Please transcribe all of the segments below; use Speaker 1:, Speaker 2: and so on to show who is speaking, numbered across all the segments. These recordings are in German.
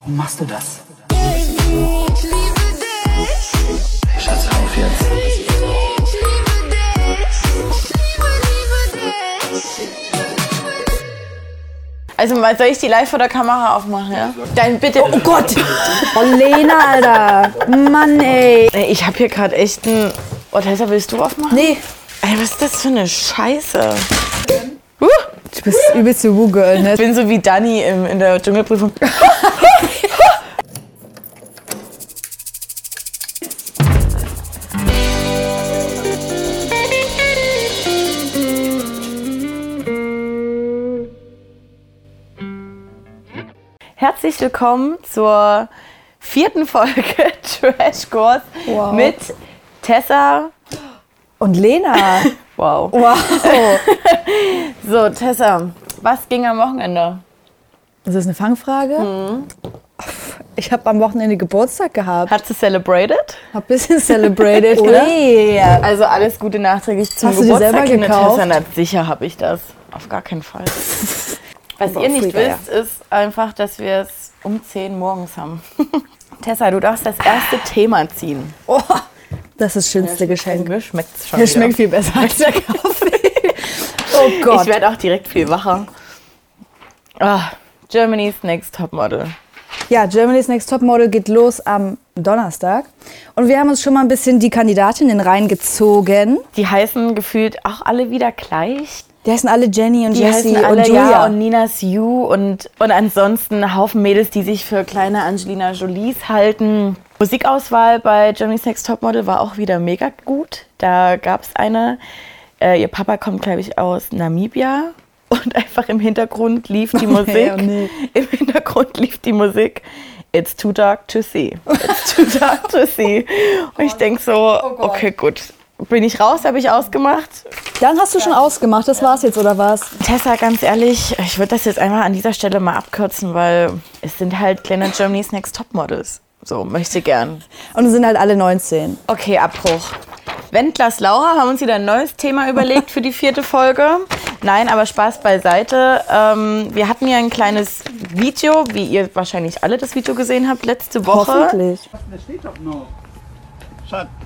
Speaker 1: Warum machst du das?
Speaker 2: Baby, ich liebe dich.
Speaker 1: Schatz, auf jetzt.
Speaker 2: Baby, ich liebe dich. Liebe, liebe dich.
Speaker 3: Also mal, soll ich die live vor der Kamera aufmachen, ja? Dann bitte. Oh Gott!
Speaker 4: Oh, Lena, Alter. Mann, ey.
Speaker 3: Ey, Ich habe hier gerade echt ein. Oh, Tessa, willst du aufmachen?
Speaker 4: Nee.
Speaker 3: Ey, was ist das für eine Scheiße? Huh!
Speaker 4: Du bist übelst die Woo-Girl, ne?
Speaker 3: Ich bin so wie Dani im, in der Dschungelprüfung. Herzlich willkommen zur vierten Folge Trash Course
Speaker 4: Wow.
Speaker 3: mit Tessa.
Speaker 4: Und Lena.
Speaker 3: Wow.
Speaker 4: Wow.
Speaker 3: So, Tessa, was ging am Wochenende?
Speaker 4: Ist das eine Fangfrage?
Speaker 3: Mhm.
Speaker 4: Ich habe am Wochenende Geburtstag gehabt.
Speaker 3: Hat sie celebrated?
Speaker 4: Hab bisschen celebrated. ne?
Speaker 3: Also alles Gute nachträglich zum
Speaker 4: Hast du die
Speaker 3: Geburtstag.
Speaker 4: selber
Speaker 3: Kinder
Speaker 4: gekauft?
Speaker 3: Tessa, na, sicher habe ich das. Auf gar keinen Fall. Was
Speaker 4: Aber
Speaker 3: ihr nicht
Speaker 4: Freaker,
Speaker 3: wisst, ist einfach, dass wir es um 10 morgens haben. Tessa, du darfst das erste Thema ziehen.
Speaker 4: Oh, das ist das schönste Geschenk.
Speaker 3: Mir schmeckt's schon
Speaker 4: Der
Speaker 3: wieder.
Speaker 4: schmeckt viel besser als der Kaffee. Oh Gott.
Speaker 3: Ich werde auch direkt viel wacher. Ah, Germany's Next Topmodel.
Speaker 4: Ja, Germany's Next Topmodel geht los am Donnerstag. Und wir haben uns schon mal ein bisschen die Kandidatinnen reingezogen.
Speaker 3: Die heißen gefühlt auch alle wieder gleich.
Speaker 4: Die heißen alle Jenny und
Speaker 3: Die
Speaker 4: Jessie
Speaker 3: heißen alle
Speaker 4: und Julia.
Speaker 3: Ja und Ninas You und, und ansonsten ein Haufen Mädels, die sich für kleine Angelina Jolies halten. Musikauswahl bei Germany's Next Topmodel war auch wieder mega gut. Da gab es eine, äh, ihr Papa kommt, glaube ich, aus Namibia und einfach im Hintergrund lief die Musik.
Speaker 4: nee, oh nee.
Speaker 3: Im Hintergrund lief die Musik. It's too dark to see. It's too dark to see. Und ich denke so,
Speaker 4: Oh
Speaker 3: okay, gut. Bin ich raus, habe ich ausgemacht.
Speaker 4: Dann hast du schon ausgemacht, das war's jetzt, oder was?
Speaker 3: Tessa, ganz ehrlich, ich würde das jetzt einmal an dieser Stelle mal abkürzen, weil es sind halt kleine Germany's Next Topmodels. So, möchte gern.
Speaker 4: Und es sind halt alle 19.
Speaker 3: Okay, Abbruch. Wendlers Laura haben uns wieder ein neues Thema überlegt für die vierte Folge. Nein, aber Spaß beiseite. Ähm, wir hatten ja ein kleines Video, wie ihr wahrscheinlich alle das Video gesehen habt, letzte Woche.
Speaker 4: Hoffentlich.
Speaker 1: Das steht doch noch. Schatz.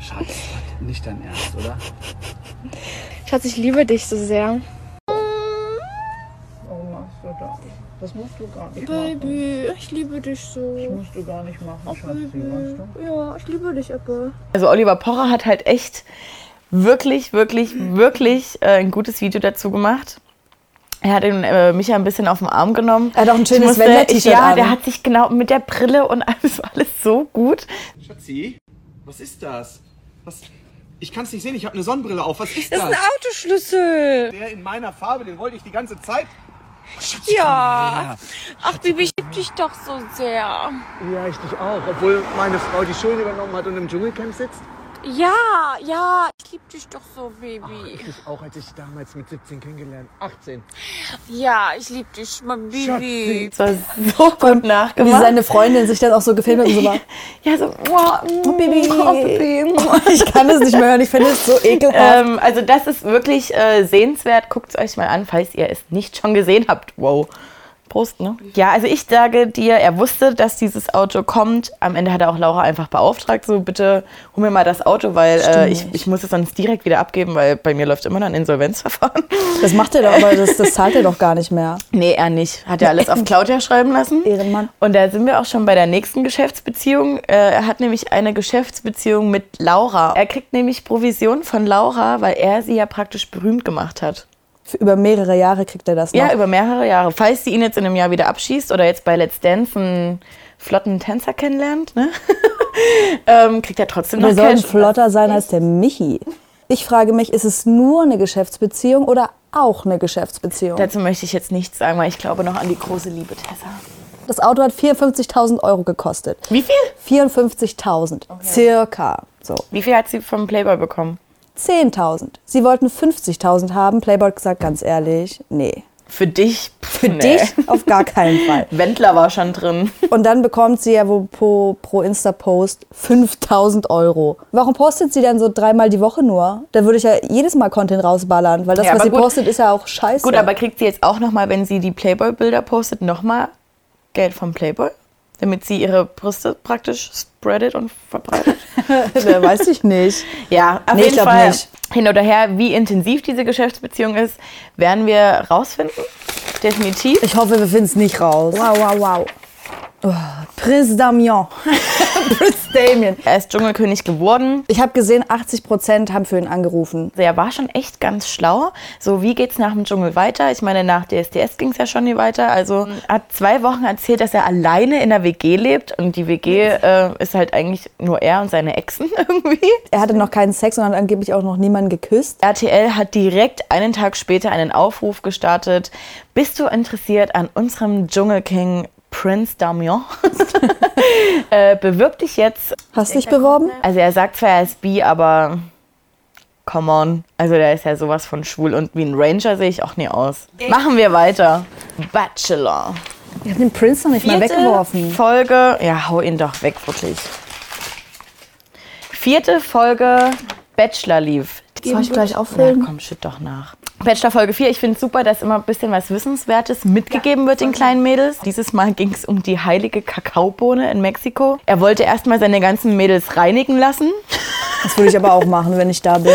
Speaker 1: Schatz, nicht dein Ernst, oder?
Speaker 5: Schatz, ich liebe dich so sehr.
Speaker 6: Warum machst du das? Das musst du gar nicht machen.
Speaker 5: Baby, ich liebe dich
Speaker 6: Das
Speaker 5: so.
Speaker 6: musst du gar nicht machen, Schatzi, weißt du?
Speaker 5: Ja, ich liebe dich, aber.
Speaker 3: Also Oliver Pocher hat halt echt wirklich, wirklich, wirklich äh, ein gutes Video dazu gemacht. Er hat ihn, äh, mich ja ein bisschen auf den Arm genommen.
Speaker 4: Er hat auch ein
Speaker 3: Ich
Speaker 4: schönes
Speaker 3: musste-
Speaker 4: Wendler-T-Shirt
Speaker 3: ich- Ja,
Speaker 4: an.
Speaker 3: der hat sich genau mit der Brille und alles, alles so gut.
Speaker 7: Schatzi, was ist das? Was? Ich kann es nicht sehen, ich habe eine Sonnenbrille auf. Was ist das?
Speaker 5: Autoschlüssel!
Speaker 7: Der in meiner Farbe, den wollte ich die ganze Zeit.
Speaker 5: Ja! Ach, Baby, ich liebe dich doch so sehr.
Speaker 7: Ja, ich dich auch. Obwohl meine Frau die Schuld übernommen hat und im Dschungelcamp sitzt.
Speaker 5: Ja, ja, ich liebe dich doch so, Baby.
Speaker 7: Ich auch, als ich damals mit 17 kennengelernt. 18.
Speaker 5: Ja, ich liebe dich, mein Baby.
Speaker 3: Das war so gut
Speaker 4: Wie
Speaker 3: nachgemacht.
Speaker 4: seine Freundin sich dann auch so gefilmt hat und so war.
Speaker 3: Ja, so, mua, mua,
Speaker 4: Oh, Baby.
Speaker 3: mua, Baby. mua.
Speaker 4: Ich kann es nicht mehr hören, ich finde es so ekelhaft.
Speaker 3: Ähm, also das ist wirklich äh, sehenswert. Guckt es euch mal an, falls ihr es nicht schon gesehen habt. Wow. Prost, ne? Ja, also ich sage dir, er wusste, dass dieses Auto kommt. Am Ende hat er auch Laura einfach beauftragt, so bitte hol mir mal das Auto, weil äh, ich, ich muss es sonst direkt wieder abgeben, weil bei mir läuft immer noch ein Insolvenzverfahren.
Speaker 4: Das macht er doch, aber das, das zahlt er doch gar nicht mehr.
Speaker 3: Nee, er nicht. Hat er alles auf Claudia schreiben lassen.
Speaker 4: Ehrenmann.
Speaker 3: Und da sind wir auch schon bei der nächsten Geschäftsbeziehung. Äh, Er hat nämlich eine Geschäftsbeziehung mit Laura. Er kriegt nämlich Provision von Laura, weil er sie ja praktisch berühmt gemacht hat.
Speaker 4: Für über mehrere Jahre kriegt er das noch.
Speaker 3: Ja, über mehrere Jahre. Falls sie ihn jetzt in einem Jahr wieder abschießt oder jetzt bei Let's Dance einen flotten Tänzer kennenlernt, ne? ähm, kriegt er trotzdem noch
Speaker 4: Wir sollten
Speaker 3: Cash.
Speaker 4: flotter sein als der Michi. Ich frage mich, ist es nur eine Geschäftsbeziehung oder auch eine Geschäftsbeziehung?
Speaker 3: Dazu möchte ich jetzt nichts sagen, weil ich glaube noch an die große Liebe, Tessa.
Speaker 4: Das Auto hat 54.000 Euro gekostet.
Speaker 3: Wie viel?
Speaker 4: 54.000, circa. So,
Speaker 3: Wie viel hat sie vom Playboy bekommen?
Speaker 4: 10.000. Sie wollten 50.000 haben. Playboy hat gesagt, ganz ehrlich, nee.
Speaker 3: Für dich? Pff,
Speaker 4: Für
Speaker 3: nee.
Speaker 4: dich auf gar keinen Fall.
Speaker 3: Wendler war schon drin.
Speaker 4: Und dann bekommt sie ja wohl pro, pro Insta-Post 5.000 Euro. Warum postet sie dann so dreimal die Woche nur? Da würde ich ja jedes Mal Content rausballern, weil das,
Speaker 3: Ja,
Speaker 4: was
Speaker 3: aber
Speaker 4: sie
Speaker 3: gut.
Speaker 4: postet, ist ja auch scheiße.
Speaker 3: Gut, aber kriegt sie jetzt auch nochmal, wenn sie die Playboy-Bilder postet, nochmal Geld vom Playboy, damit sie ihre Brüste praktisch spreadet und verbreitet.
Speaker 4: Äh, Weiß ich nicht.
Speaker 3: Ja, auf
Speaker 4: Nee, ich
Speaker 3: jeden
Speaker 4: glaub
Speaker 3: Fall.
Speaker 4: nicht.
Speaker 3: Hin oder her, wie intensiv diese Geschäftsbeziehung ist, werden wir rausfinden. Definitiv.
Speaker 8: Ich hoffe, wir finden es nicht raus.
Speaker 4: Wow, wow, wow. Oh, Prinz Damien. Prinz Damien.
Speaker 3: Er ist Dschungelkönig geworden.
Speaker 4: Ich habe gesehen, 80 Prozent haben für ihn angerufen.
Speaker 3: Also er war schon echt ganz schlau. So, wie geht's nach dem Dschungel weiter? Ich meine, nach DSDS ging's ja schon nie weiter. Also er hat zwei Wochen erzählt, dass er alleine in der WG lebt und die WG äh, ist halt eigentlich nur er und seine Exen irgendwie.
Speaker 4: Er hatte noch keinen Sex und hat angeblich auch noch niemanden geküsst.
Speaker 3: RTL hat direkt einen Tag später einen Aufruf gestartet. Bist du interessiert an unserem Dschungelking Prince Damian? äh, bewirb dich jetzt.
Speaker 4: Hast dich beworben?
Speaker 3: Also er sagt zwar, er ist bi, aber come on. Also der ist ja sowas von schwul und wie ein Ranger sehe ich auch nie aus. Machen wir weiter. Bachelor.
Speaker 4: Ich habe den Prinz noch nicht mal
Speaker 3: Vierte
Speaker 4: weggeworfen.
Speaker 3: Folge. Ja, hau ihn doch weg, wirklich. Vierte Folge Bachelor lief.
Speaker 4: Soll ich gleich
Speaker 3: Na
Speaker 4: auffüllen?
Speaker 3: komm, schütt doch nach. Bachelor Folge 4. Ich finde es super, dass immer ein bisschen was Wissenswertes mitgegeben wird den kleinen Mädels. Dieses Mal ging es um die heilige Kakaobohne in Mexiko. Er wollte erstmal seine ganzen Mädels reinigen lassen.
Speaker 4: Das würde ich aber auch machen, wenn ich da bin.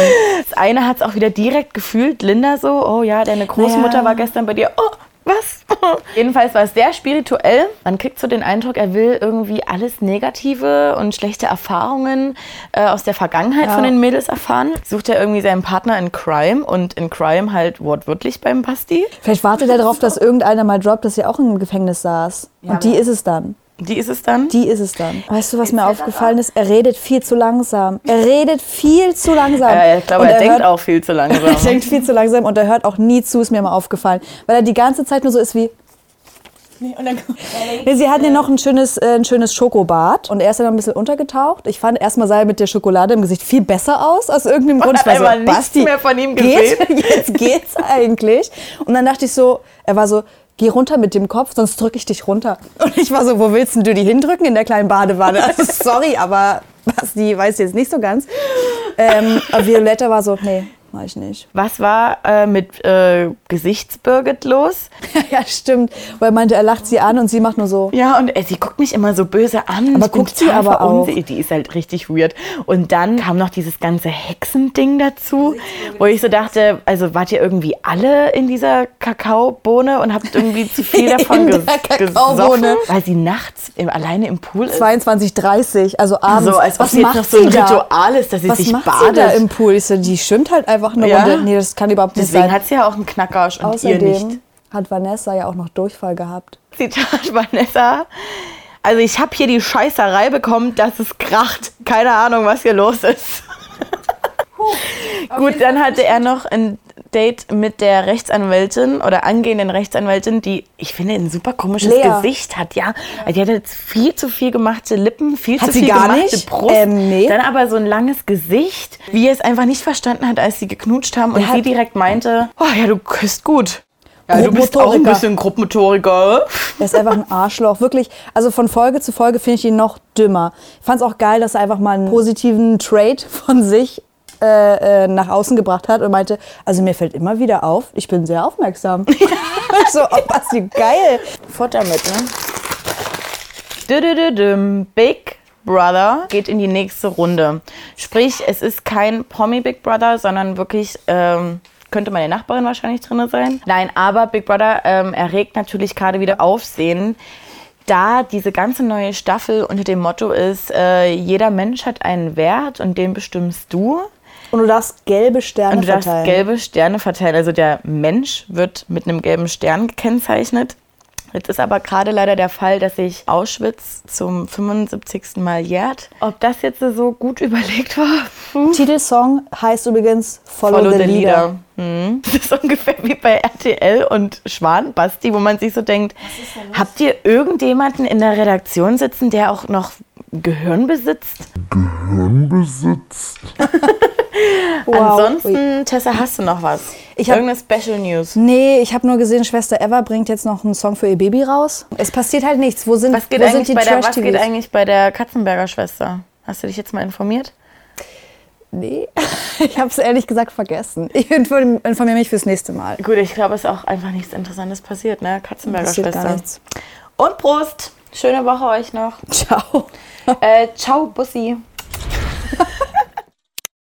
Speaker 3: Das eine hat es auch wieder direkt gefühlt. Linda so, oh ja, deine Großmutter
Speaker 4: Naja.
Speaker 3: war gestern bei dir. Oh, was? Jedenfalls war es sehr spirituell. Man kriegt so den Eindruck, er will irgendwie alles Negative und schlechte Erfahrungen äh, aus der Vergangenheit von den Mädels erfahren. Sucht er irgendwie seinen Partner in Crime und in Crime halt wortwörtlich beim Basti.
Speaker 4: Vielleicht wartet er darauf, dass irgendeiner mal droppt, dass sie auch im Gefängnis saß. Und die ist es dann.
Speaker 3: Die ist es dann.
Speaker 4: Die ist es dann. Weißt du, was mir aufgefallen ist? Er redet viel zu langsam. Er redet viel zu langsam.
Speaker 3: äh, ich glaube,
Speaker 4: Und
Speaker 3: er, denkt
Speaker 4: hört-
Speaker 3: auch viel zu langsam.
Speaker 4: Er denkt viel zu langsam und er hört auch nie zu, ist mir mal aufgefallen. Weil er die ganze Zeit nur so ist wie. Nee, Sie hatten ja noch ein schönes, äh, ein schönes Schokobad und er ist ja noch ein bisschen untergetaucht. Ich fand, erstmal sah er mit der Schokolade im Gesicht viel besser aus, aus irgendeinem Grund.
Speaker 3: hat
Speaker 4: Ich war
Speaker 3: einmal nichts mehr von ihm
Speaker 4: geht, Jetzt geht's eigentlich. Und dann dachte ich so, er war so, geh runter mit dem Kopf, sonst drücke ich dich runter. Und ich war so, wo willst denn du die hindrücken in der kleinen Badewanne? Also, sorry, aber Basti weiß jetzt nicht so ganz. Ähm, aber Violetta war so, nee, mach ich nicht.
Speaker 3: Was war äh, mit äh, Gesichtsbirgit los?
Speaker 4: Ja, stimmt. Weil er meinte, er lacht sie an und sie macht nur so.
Speaker 3: Ja, und äh, sie guckt mich immer so böse an.
Speaker 4: Aber
Speaker 3: Ich bin
Speaker 4: guckt sie
Speaker 3: total
Speaker 4: aber auch.
Speaker 3: verunsichert. Die ist halt richtig weird. Und dann kam noch dieses ganze Hexending
Speaker 4: Oh,
Speaker 3: dazu, wo ich so dachte, also wart ihr irgendwie alle in dieser Kakaobohne und habt irgendwie zu viel davon
Speaker 4: In
Speaker 3: ges
Speaker 4: der
Speaker 3: gesoffen?
Speaker 4: Kakaobohne.
Speaker 3: Weil sie nachts im, alleine im Pool ist.
Speaker 4: 22:30, also abends.
Speaker 3: So, äh, als ob
Speaker 4: was
Speaker 3: sie jetzt
Speaker 4: macht
Speaker 3: noch so ein
Speaker 4: sie da?
Speaker 3: Ritual ist, dass sie
Speaker 4: Was
Speaker 3: sich
Speaker 4: macht sie da
Speaker 3: badet.
Speaker 4: im Pool? Ich so, die schwimmt halt einfach eine
Speaker 3: Ja.
Speaker 4: Runde. Nee, das kann überhaupt nicht
Speaker 3: Deswegen
Speaker 4: sein.
Speaker 3: hat sie ja auch einen Knackarsch und ihr nicht.
Speaker 4: Außerdem hat Vanessa ja auch noch Durchfall gehabt.
Speaker 3: Zitat Vanessa. Also ich habe hier die Scheißerei bekommen, dass es kracht. Keine Ahnung, was hier los ist. Gut, dann hatte er noch ein Date mit der Rechtsanwältin oder angehenden Rechtsanwältin, die, ich finde, ein super komisches
Speaker 4: Lea.
Speaker 3: Gesicht hat, ja. Also die hatte jetzt viel zu viel gemachte Lippen, viel
Speaker 4: Hat
Speaker 3: zu
Speaker 4: sie
Speaker 3: viel
Speaker 4: gar
Speaker 3: gemachte
Speaker 4: nicht?
Speaker 3: Brust.
Speaker 4: Ähm, nee.
Speaker 3: Dann aber so ein langes Gesicht, wie er es einfach nicht verstanden hat, als sie geknutscht haben und
Speaker 4: Der
Speaker 3: sie
Speaker 4: hat-
Speaker 3: direkt meinte, oh ja, du küsst gut. Ja, du bist auch ein
Speaker 4: Grobmotoriker.
Speaker 3: bisschen Gruppmotoriker.
Speaker 4: Er ist einfach ein Arschloch. Wirklich, also von Folge zu Folge finde ich ihn noch dümmer. Ich fand es auch geil, dass er einfach mal einen positiven Trait von sich äh, äh, nach außen gebracht hat und meinte, also mir fällt immer wieder auf, ich bin sehr aufmerksam. Ich so, oh, was wie geil.
Speaker 3: Futter mit, ne? Dü-dü-dü-düm. Big Brother geht in die nächste Runde. Sprich, es ist kein Promi Big Brother, sondern wirklich. Ähm, könnte meine Nachbarin wahrscheinlich drin sein. Nein, aber Big Brother ähm, erregt natürlich gerade wieder Aufsehen, da diese ganze neue Staffel unter dem Motto ist, äh, jeder Mensch hat einen Wert und den bestimmst du.
Speaker 4: Und du darfst gelbe Sterne
Speaker 3: Und du darfst
Speaker 4: verteilen.
Speaker 3: gelbe Sterne verteilen. Also der Mensch wird mit einem gelben Stern gekennzeichnet. Jetzt ist aber gerade leider der Fall, dass sich Auschwitz zum 75. Mal jährt. Ob das jetzt so gut überlegt war? Puh.
Speaker 4: Titelsong heißt übrigens Follow, the, Leader.
Speaker 3: Hm. Das ist ungefähr wie bei RTL und Schwanbasti, wo man sich so denkt, habt ihr irgendjemanden in der Redaktion sitzen, der auch noch Gehirn besitzt?
Speaker 4: Wow. Ui.
Speaker 3: Ansonsten, Tessa, hast du noch was?
Speaker 4: Ich hab-
Speaker 3: Irgendeine Special News.
Speaker 4: Nee, ich habe nur gesehen, Schwester Eva bringt jetzt noch einen Song für ihr Baby raus. Es passiert halt nichts. Wo sind,
Speaker 3: Was geht,
Speaker 4: wo sind
Speaker 3: eigentlich
Speaker 4: die
Speaker 3: bei, der, was
Speaker 4: Trash-TVs?
Speaker 3: geht eigentlich bei der Katzenberger Schwester? Hast du dich jetzt mal informiert?
Speaker 4: Nee, ich habe es ehrlich gesagt vergessen. Ich inform- informiere mich fürs nächste Mal.
Speaker 3: Gut, ich glaube, es ist auch einfach nichts Interessantes passiert, ne? Katzenberger
Speaker 4: Passiert
Speaker 3: Schwester.
Speaker 4: gar nichts.
Speaker 3: Und Prost. Schöne Woche euch noch.
Speaker 4: Ciao.
Speaker 3: Äh, ciao, Bussi.